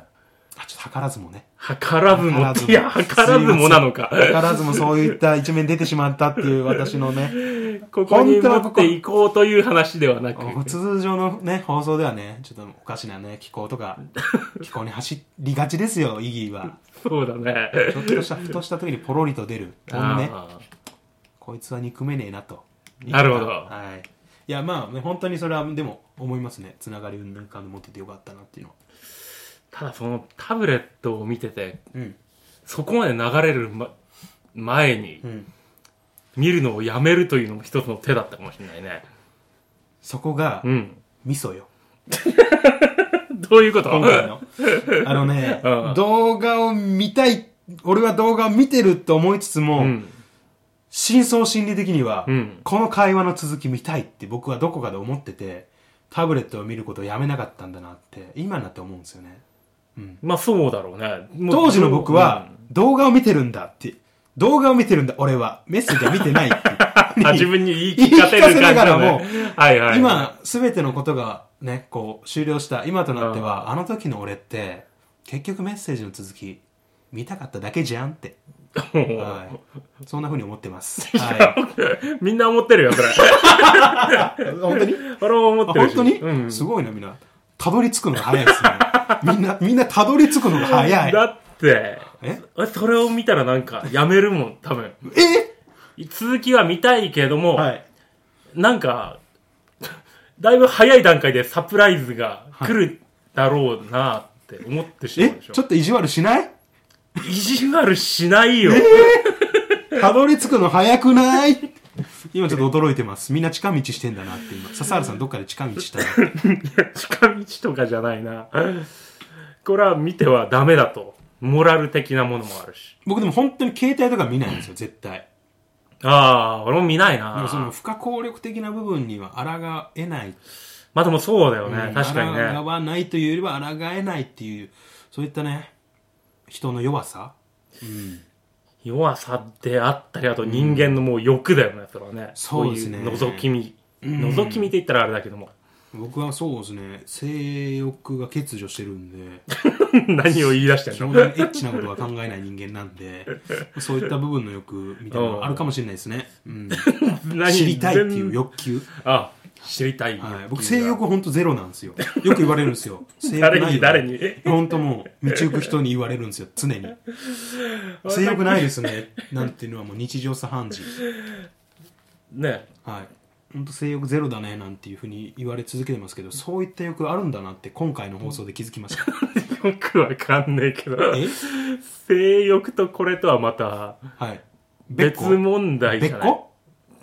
Speaker 1: あちょっと図らずもね
Speaker 2: 計らずも。
Speaker 1: 図らずも
Speaker 2: いや、計らずもなのか。
Speaker 1: 図らずもそういった一面出てしまったっていう私のね
Speaker 2: ここに
Speaker 1: 本当
Speaker 2: 持
Speaker 1: はこ
Speaker 2: っ
Speaker 1: こ
Speaker 2: ていこうと いう話ではなく。
Speaker 1: 通常のね放送ではねちょっとおかしなね気候と か気候に走りがちですよイギーは
Speaker 2: そうだね。
Speaker 1: ちょっとしたふとした時にポロリと出るこのね
Speaker 2: あ
Speaker 1: こいつは憎めねえなと
Speaker 2: なるほど
Speaker 1: はいいやまあね本当にそれはでも思いますねつながりをなんか持っててよかったなっていうのは
Speaker 2: ーただそのタブレットを見てて、
Speaker 1: うん
Speaker 2: そこまで流れる、ま、前に
Speaker 1: うん
Speaker 2: 見るのをやめるというのも一つの手だったかもしれないね。
Speaker 1: そこが
Speaker 2: うん。
Speaker 1: 味噌よ。
Speaker 2: どういうこと
Speaker 1: 今回 の。あのね
Speaker 2: うん、
Speaker 1: 動画を見たい、俺は動画を見てると思いつつも、
Speaker 2: うん。
Speaker 1: 真相心理的には、
Speaker 2: うん
Speaker 1: この会話の続き見たいって僕はどこかで思ってて、タブレットを見ることをやめなかったんだなって、今になって思うんですよね。うん。
Speaker 2: まあそうだろうね。もう
Speaker 1: 当時の僕は、、動画を見てるんだって、動画を見てるんだ、俺は。メッセージは見てないって。
Speaker 2: うんあ自分に言い聞かせる感じ
Speaker 1: 言い聞かせながらも
Speaker 2: はいはい。
Speaker 1: 今、すべてのことがね、こう、終了した、今となっては、あの時の俺って、結局メッセージの続き、見たかっただけじゃんって。
Speaker 2: もう
Speaker 1: はい。そんな風に思ってます。 は
Speaker 2: みんな思ってる よ、それ。
Speaker 1: い。本当に
Speaker 2: 俺も思
Speaker 1: あ
Speaker 2: ってる
Speaker 1: 本
Speaker 2: し。
Speaker 1: 当に、
Speaker 2: うん。
Speaker 1: すごいな、みんな。たどり着くのが早いですね。みんな、みんなたどり着くのが早い。
Speaker 2: だって、
Speaker 1: え
Speaker 2: 俺それを見たらなんか、やめるもん、多分。
Speaker 1: え
Speaker 2: 続きは見たいけども、
Speaker 1: はい。
Speaker 2: なんか、だいぶ早い段階でサプライズが来るだろうなって思ってしま
Speaker 1: え
Speaker 2: うでしょ。
Speaker 1: ちょっと意地悪しない
Speaker 2: 意地悪しないよ。
Speaker 1: たどり着くの早くない今ちょっと驚いてます。みんな近道してんだなって今。笹原さんどっかで近道したな。
Speaker 2: 近道とかじゃないな。これは見てはダメだと。モラル的なものもあるし。
Speaker 1: 僕でも本当に携帯とか見ないんですよ、絶対。
Speaker 2: ああー、俺も見ない
Speaker 1: でもその
Speaker 2: な。
Speaker 1: 不可抗力的な部分には抗えない。
Speaker 2: まあでもそうだよね。
Speaker 1: うん
Speaker 2: 確かに
Speaker 1: 抗
Speaker 2: ね。
Speaker 1: わないというよりは抗えないっていう、そういったね、人の弱さ。うん。
Speaker 2: 弱さであったり、あと人間のもう欲だよね、それはね。
Speaker 1: そうですね
Speaker 2: こい覗き見。
Speaker 1: ん
Speaker 2: 覗き見って言ったらあれだけども。
Speaker 1: 僕はそうですね、性欲が欠如してるんで、
Speaker 2: 何を言い出して
Speaker 1: 基
Speaker 2: んの
Speaker 1: 本的にエッチなことは考えない人間なんで、そういった部分の欲みたいなのがあるかもしれないですね。うん。
Speaker 2: 何
Speaker 1: 知りたいっていう。
Speaker 2: 全
Speaker 1: 欲求。
Speaker 2: あ、知りたい。
Speaker 1: はい、僕性欲ほんとゼロなんですよよく言われるんですよ性欲
Speaker 2: 誰
Speaker 1: ない
Speaker 2: に
Speaker 1: よ
Speaker 2: 誰に
Speaker 1: ほんともう道行く人に言われるんですよ常 に性欲ないですねなんていうのはもう日常茶飯事
Speaker 2: ね
Speaker 1: はいほんと性欲ゼロだねなんていうふうに言われ続けてますけどそういった欲あるんだなって今回の放送で気づきました
Speaker 2: よくわかんないけど
Speaker 1: え
Speaker 2: 性欲とこれとはまた
Speaker 1: はい
Speaker 2: 別問題じ
Speaker 1: 別
Speaker 2: ゃない
Speaker 1: 個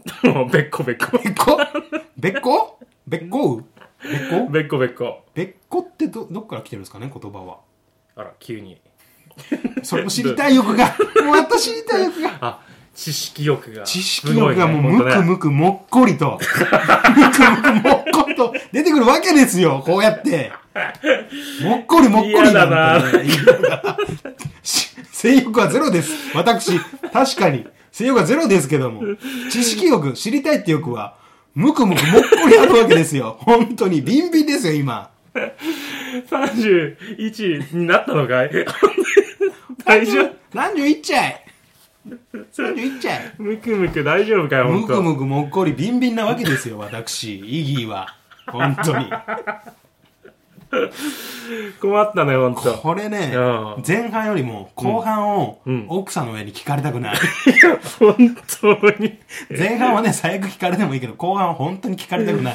Speaker 2: もう別個別個
Speaker 1: 別 個別個別個別個
Speaker 2: 別個別個
Speaker 1: 別個ってどどっから来てるんですかね言葉は
Speaker 2: あら急に
Speaker 1: それも知りたい欲 がもうやっと知りたい欲が
Speaker 2: あ知識欲が
Speaker 1: 知識力がもう
Speaker 2: す
Speaker 1: む
Speaker 2: ごい
Speaker 1: く
Speaker 2: ねほんとね
Speaker 1: むくもっこり と、むくむくもっこりと出てくるわけですよ、こうやって。もっこりもっこり
Speaker 2: 嫌だな
Speaker 1: てねし性欲はゼロです。私、確かに。性欲はゼロですけども。知識欲、知りたいって欲は、むくむくもっこりあるわけですよ。本当に、ビンビンですよ、今。
Speaker 2: 31になったのかい 大丈夫
Speaker 1: 31ちゃい。31ちゃい。
Speaker 2: むくむく大丈夫かよほん
Speaker 1: むく
Speaker 2: と
Speaker 1: むくもっこりビンビンなわけですよ、私、イギーは。本当に。
Speaker 2: 困ったねほんと
Speaker 1: これね
Speaker 2: うん、
Speaker 1: 前半よりも後半を
Speaker 2: うん
Speaker 1: 奥さんの上に聞かれたくない。
Speaker 2: 本当に
Speaker 1: 前半はね、最悪聞かれてもいいけど、後半は本当に聞かれたくない。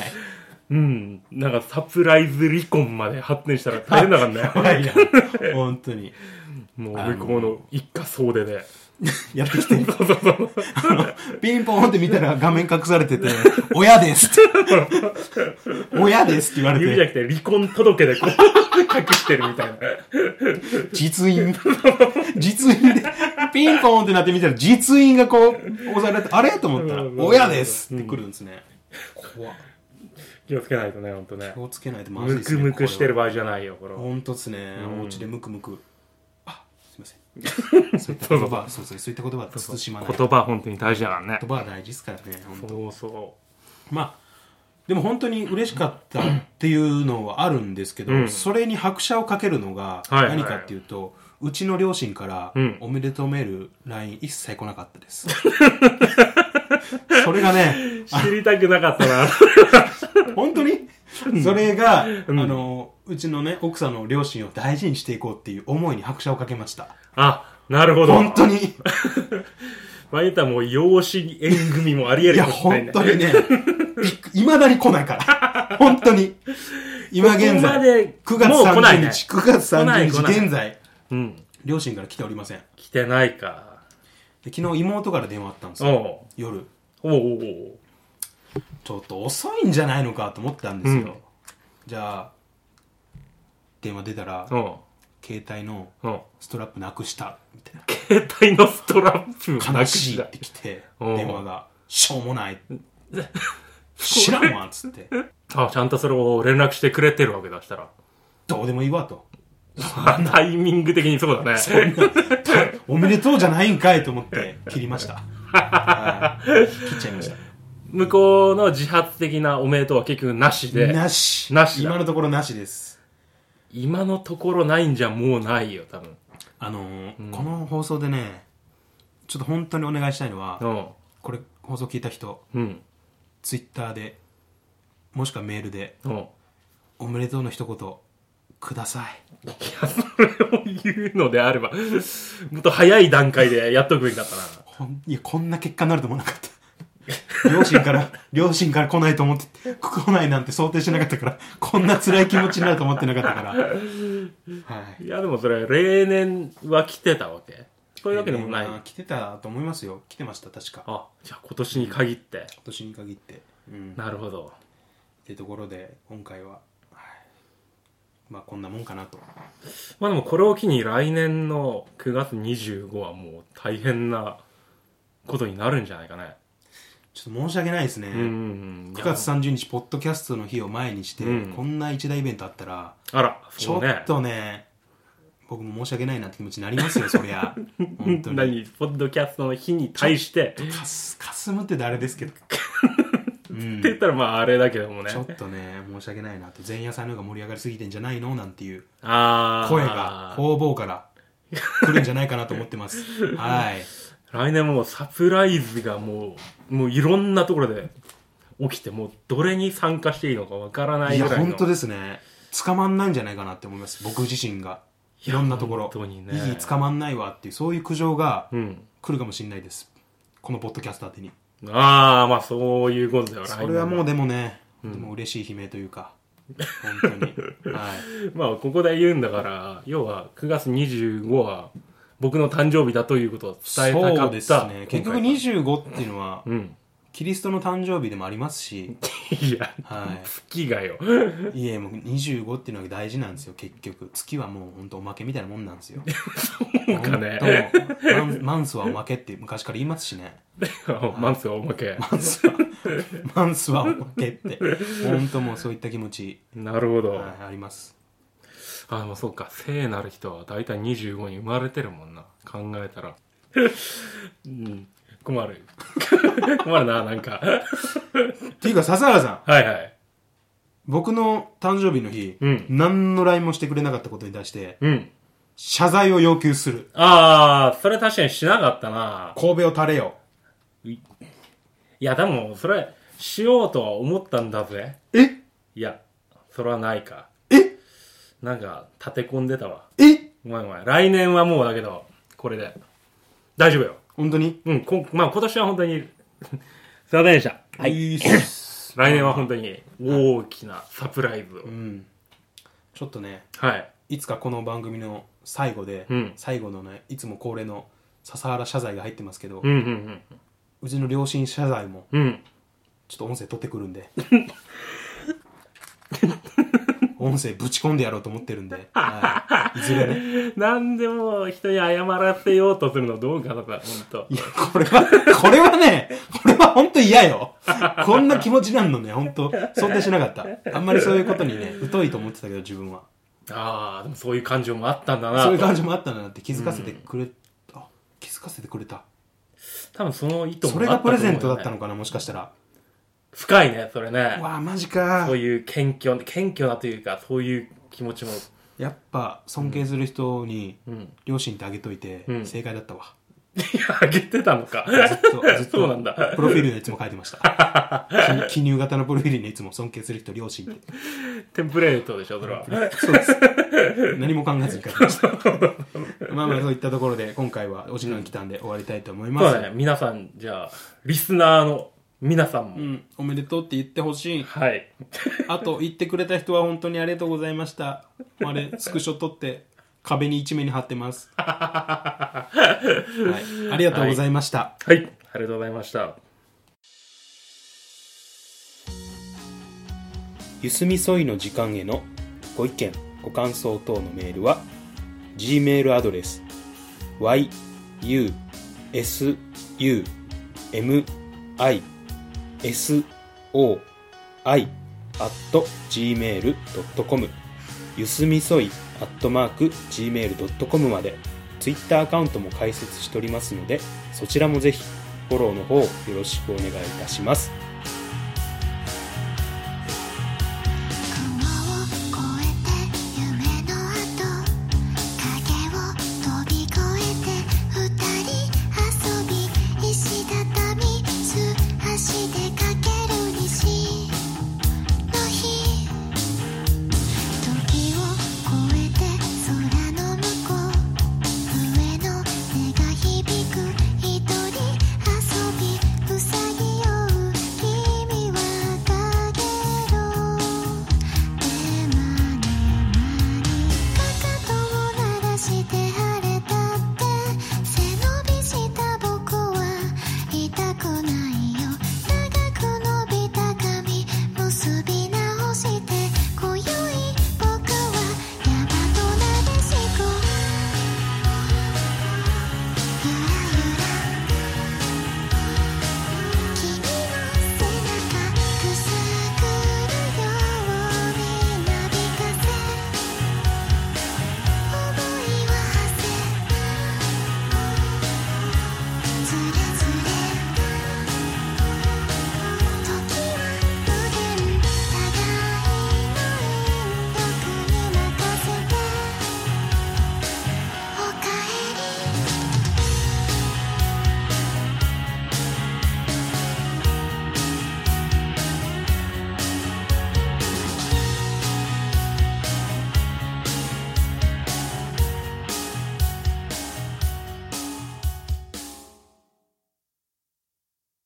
Speaker 2: うんなんかサプライズ離婚まで発展したら大変 だからね
Speaker 1: いや本当に。
Speaker 2: もう向こうの一家総出で
Speaker 1: やってき て、
Speaker 2: そうそうそう
Speaker 1: あのピンポンって見たら画面隠されてて、親ですっ て。親ですって言わ
Speaker 2: 指じゃ
Speaker 1: れて、
Speaker 2: なくて離婚届でこう隠してるみたいな。
Speaker 1: 実印。実印で、ピンポンってなって見たら実印がこう、押されて、あれと思ったら、
Speaker 2: うん
Speaker 1: 親ですって来るんですね。怖っ
Speaker 2: 気をつけないとね、ほんとね
Speaker 1: 気。をつけないとまずい
Speaker 2: ム
Speaker 1: です
Speaker 2: ク
Speaker 1: ね。
Speaker 2: ムクして
Speaker 1: これは
Speaker 2: る場合じゃないよ、これは。
Speaker 1: 本当ですね、
Speaker 2: うん
Speaker 1: お家でムクムクあすいません そういった言葉そうそうそういった言葉は慎まない
Speaker 2: 言葉本当に大事だからね。
Speaker 1: 言葉は大事ですからね本当
Speaker 2: そうそ
Speaker 1: まあでも本当に嬉しかったっていうのはあるんですけど、
Speaker 2: うん
Speaker 1: それに拍車をかけるのが
Speaker 2: はいはい
Speaker 1: 何かっていうと、うちの両親から
Speaker 2: うん
Speaker 1: おめでとうメール、LINE 一切来なかった です。それがね
Speaker 2: う。、知りたくなかったな。
Speaker 1: 本当にそれが、あの、うちのね、奥さんの両親を大事にしていこうっていう思いに拍車をかけました。
Speaker 2: あ、なるほど。
Speaker 1: 本当に
Speaker 2: まあ言ったらもう養子縁組もあり
Speaker 1: い
Speaker 2: える
Speaker 1: や、
Speaker 2: かもしれない
Speaker 1: 本
Speaker 2: ね。
Speaker 1: 当にね、いまだに来ない から。本当に。今現
Speaker 2: ここま
Speaker 1: 在、
Speaker 2: で
Speaker 1: 9月
Speaker 2: もう来ない
Speaker 1: 30
Speaker 2: ね。
Speaker 1: 日、9月
Speaker 2: 来ない
Speaker 1: 30
Speaker 2: 来ない
Speaker 1: 日現在、
Speaker 2: うん。
Speaker 1: 両親から来ておりません。
Speaker 2: 来てないか。
Speaker 1: で昨日妹から電話あったんです
Speaker 2: おう
Speaker 1: よ。夜。
Speaker 2: おうおうおう
Speaker 1: ちょっと遅いんじゃないのかと思ったんですよ。
Speaker 2: うん
Speaker 1: じゃあ、電話出たら、
Speaker 2: お
Speaker 1: 携帯の
Speaker 2: うおう
Speaker 1: ストラップなくした、みたい
Speaker 2: 携帯のストラップを
Speaker 1: な。悲
Speaker 2: なく
Speaker 1: し
Speaker 2: し
Speaker 1: い
Speaker 2: た
Speaker 1: って来て、
Speaker 2: うん
Speaker 1: 電話が、しょうもない。 知らんわ、つって。
Speaker 2: あ、ちゃんとそれを連絡してくれてるわけだしたら。
Speaker 1: どうでもいいわ、と。
Speaker 2: タイミング的にそうだね。
Speaker 1: そんなおめでとうじゃないんかいと思って切りました。はい切っちゃいまし。
Speaker 2: 向こうの自発的なおめでとうは結局なしたで、
Speaker 1: なし。
Speaker 2: なしだ
Speaker 1: 今のところなしです。
Speaker 2: 今のところないんじゃもうないよ、多分。
Speaker 1: あのーこの放送でね、ちょっと本当にお願いしたいのは、
Speaker 2: う
Speaker 1: これ放送聞いた人、
Speaker 2: ん。うん。
Speaker 1: ツイッターで、もしくはメールで、
Speaker 2: うん。い
Speaker 1: おめでとうの一言、ください。
Speaker 2: や、それを言うのであれば、もっと早い段階でやっとくべきだったな。
Speaker 1: ほんいや、こんな結果になると思わなかった。両親から、両親から来ないと思って、来ないなんて想定してなかったから、こんな辛い気持ちになると思ってなかったから。はい。
Speaker 2: いや、でもそれ、例年は来てたわけそういうわけでもない。
Speaker 1: まあ来てたと思いますよ。来てました、確か。今
Speaker 2: あ、じゃあ今年に限って。
Speaker 1: 年に限って。うん。っ
Speaker 2: なるほど。
Speaker 1: てところで、今回は、はいまあこんなもんかなと。
Speaker 2: まあでもこれを機に来年の9月25はもう大変なことになるんじゃないかね。
Speaker 1: ちょっと申し訳ないですね。
Speaker 2: うんうんうん。
Speaker 1: 9月30日、ポッドキャストの日を前にして、
Speaker 2: うん
Speaker 1: こんな一大イベントあったら、
Speaker 2: あら、
Speaker 1: ちょ
Speaker 2: そうね
Speaker 1: っ。とね、僕も申し訳ないなって気持ちになりますよ、そり ゃ。本当に。
Speaker 2: 何ポッドキャストの日に対して、っ
Speaker 1: かす、かすむって誰です けど。うん
Speaker 2: て言ったらまああれだけどもね
Speaker 1: ち。ょっとね、申し訳ないなと。前夜祭の方が盛り上がりすぎてんじゃないのなんていう
Speaker 2: ああ。
Speaker 1: 声が、方々から来るんじゃないかなと思ってます。 はい。
Speaker 2: 来年もうサプライズがもう、もういろんなところで起きて、もうどれに参加していいのかわからな
Speaker 1: い
Speaker 2: いぐ
Speaker 1: や、
Speaker 2: らいの。
Speaker 1: 本当ですね。捕まんないんじゃないかなって思います。僕自身が。いろんなところ。
Speaker 2: 本当にね
Speaker 1: いい捕まんないわっていう、そういう苦情が
Speaker 2: うん。
Speaker 1: 来るかもしれないです。このポッドキャスト宛てに。
Speaker 2: ああ、まあそういうことだよ、来
Speaker 1: それはもう
Speaker 2: ね。
Speaker 1: でもね、でも嬉しい悲鳴という か、本当に。はい。
Speaker 2: まあここで言うんだから、要は9月25は僕の誕生日だということを伝えたかった。
Speaker 1: そうですね。結局
Speaker 2: 今回は
Speaker 1: 25っていうのは、
Speaker 2: うん。
Speaker 1: キリストの誕生日でもありますし、
Speaker 2: いや、
Speaker 1: は
Speaker 2: 月がよ。
Speaker 1: い。いえ、もう25っていうのが大事なんですよ、結局。月はもう本当おまけみたいなもんなんですよ。
Speaker 2: そうかね。
Speaker 1: 本当マンマンスはおまけって昔から言いますし ね。
Speaker 2: マンスはおまけ。
Speaker 1: マンスは、マンスはおまけって。本当もうそういった気持ち、
Speaker 2: なるほど。
Speaker 1: はい、あります。
Speaker 2: あ、でもそうか。聖なる人は大体25に生まれてるもんな。考えたら。うん。困る。 困るな、なんか。
Speaker 1: っていうか、笹原さん、
Speaker 2: はいはい。
Speaker 1: 僕の誕生日の日、
Speaker 2: うん
Speaker 1: 何の LINE もしてくれなかったことに対して、
Speaker 2: うん。
Speaker 1: 謝罪を要求する。
Speaker 2: ああ、それ確かにしなかったな。
Speaker 1: 神戸を垂れよ。
Speaker 2: いや、でも、それ、しようとは思ったんだぜ。
Speaker 1: え
Speaker 2: いや、それはないか。
Speaker 1: え
Speaker 2: なんか、立て込んでたわ。
Speaker 1: え
Speaker 2: ごめんごめん。来年はもうだけど、これで。大丈夫よ。
Speaker 1: 本当に
Speaker 2: うん、こんまあ今年は本当 に、すいませんでした。
Speaker 1: いいっす。
Speaker 2: 来年は本当に大きなサプライズを。
Speaker 1: うん。ちょっとね、
Speaker 2: はい。
Speaker 1: いつかこの番組の最後で、
Speaker 2: うん
Speaker 1: 最後のね、いつも恒例の笹原謝罪が入ってますけど、う
Speaker 2: うんうん
Speaker 1: ちの両親謝罪も、
Speaker 2: うん。うん。
Speaker 1: ちょっと音声取ってくるんで。音声ぶち込んでやろうと思ってるんで、はい、いずれね。
Speaker 2: なんでも人に謝らせようとするのどうかとか、本当。
Speaker 1: いや、これは、これはね、これは本当嫌よ。こんな気持ちなんのね、本当想定しなかった。あんまりそういうことにね、疎いと思ってたけど、自分は。
Speaker 2: ああ、でもそういう感情もあったんだな
Speaker 1: そういう
Speaker 2: と。
Speaker 1: 感じもあったんだなって気づかせてくれ、あ、気づかせてくれた。
Speaker 2: 多分その意図もあったと思
Speaker 1: そうれ
Speaker 2: よね
Speaker 1: がプレゼントだったのかな、もしかしたら。
Speaker 2: 深いね、それね
Speaker 1: う。わあ、マジか
Speaker 2: そう。いう謙虚、謙虚なというか、そういう気持ちも。
Speaker 1: やっぱ、尊敬する人に、
Speaker 2: うん。
Speaker 1: 両親ってあげといて
Speaker 2: う、ん
Speaker 1: 正解だったわ。
Speaker 2: いや、あげてたの か。
Speaker 1: ずっと、ずっ
Speaker 2: そうなんだ
Speaker 1: と、プロフィールにいつも書いてました。 記記入型のプロフィールにいつも尊敬する人、両親って。
Speaker 2: テンプレートでしょ、それは。
Speaker 1: そうです。何も考えずに書きました。まあまあ、そういったところで、今回はお時間来たんで終わりたいと思いま
Speaker 2: そうだ
Speaker 1: す。
Speaker 2: ね、皆さん、じゃあ、リスナーの皆さんも。
Speaker 1: うん、おめでとうって言ってほしい。
Speaker 2: はい。
Speaker 1: あと、言ってくれた人は本当にありがとうございました。あれ、スクショ撮って、壁に一面に貼って ます。はい、ありがとうございました。
Speaker 2: はい、ありがとうございました。
Speaker 1: ゆすみそいの時間へのご意見、ご感想等のメールは、g メールアドレス、y, u, s, u, m, i, s, o, i, gmail.com、ゆすみそい gmail.com まで、ツイッターアカウントも開設しておりますので、そちらもぜひ、フォローの方よろしくお願いいたします。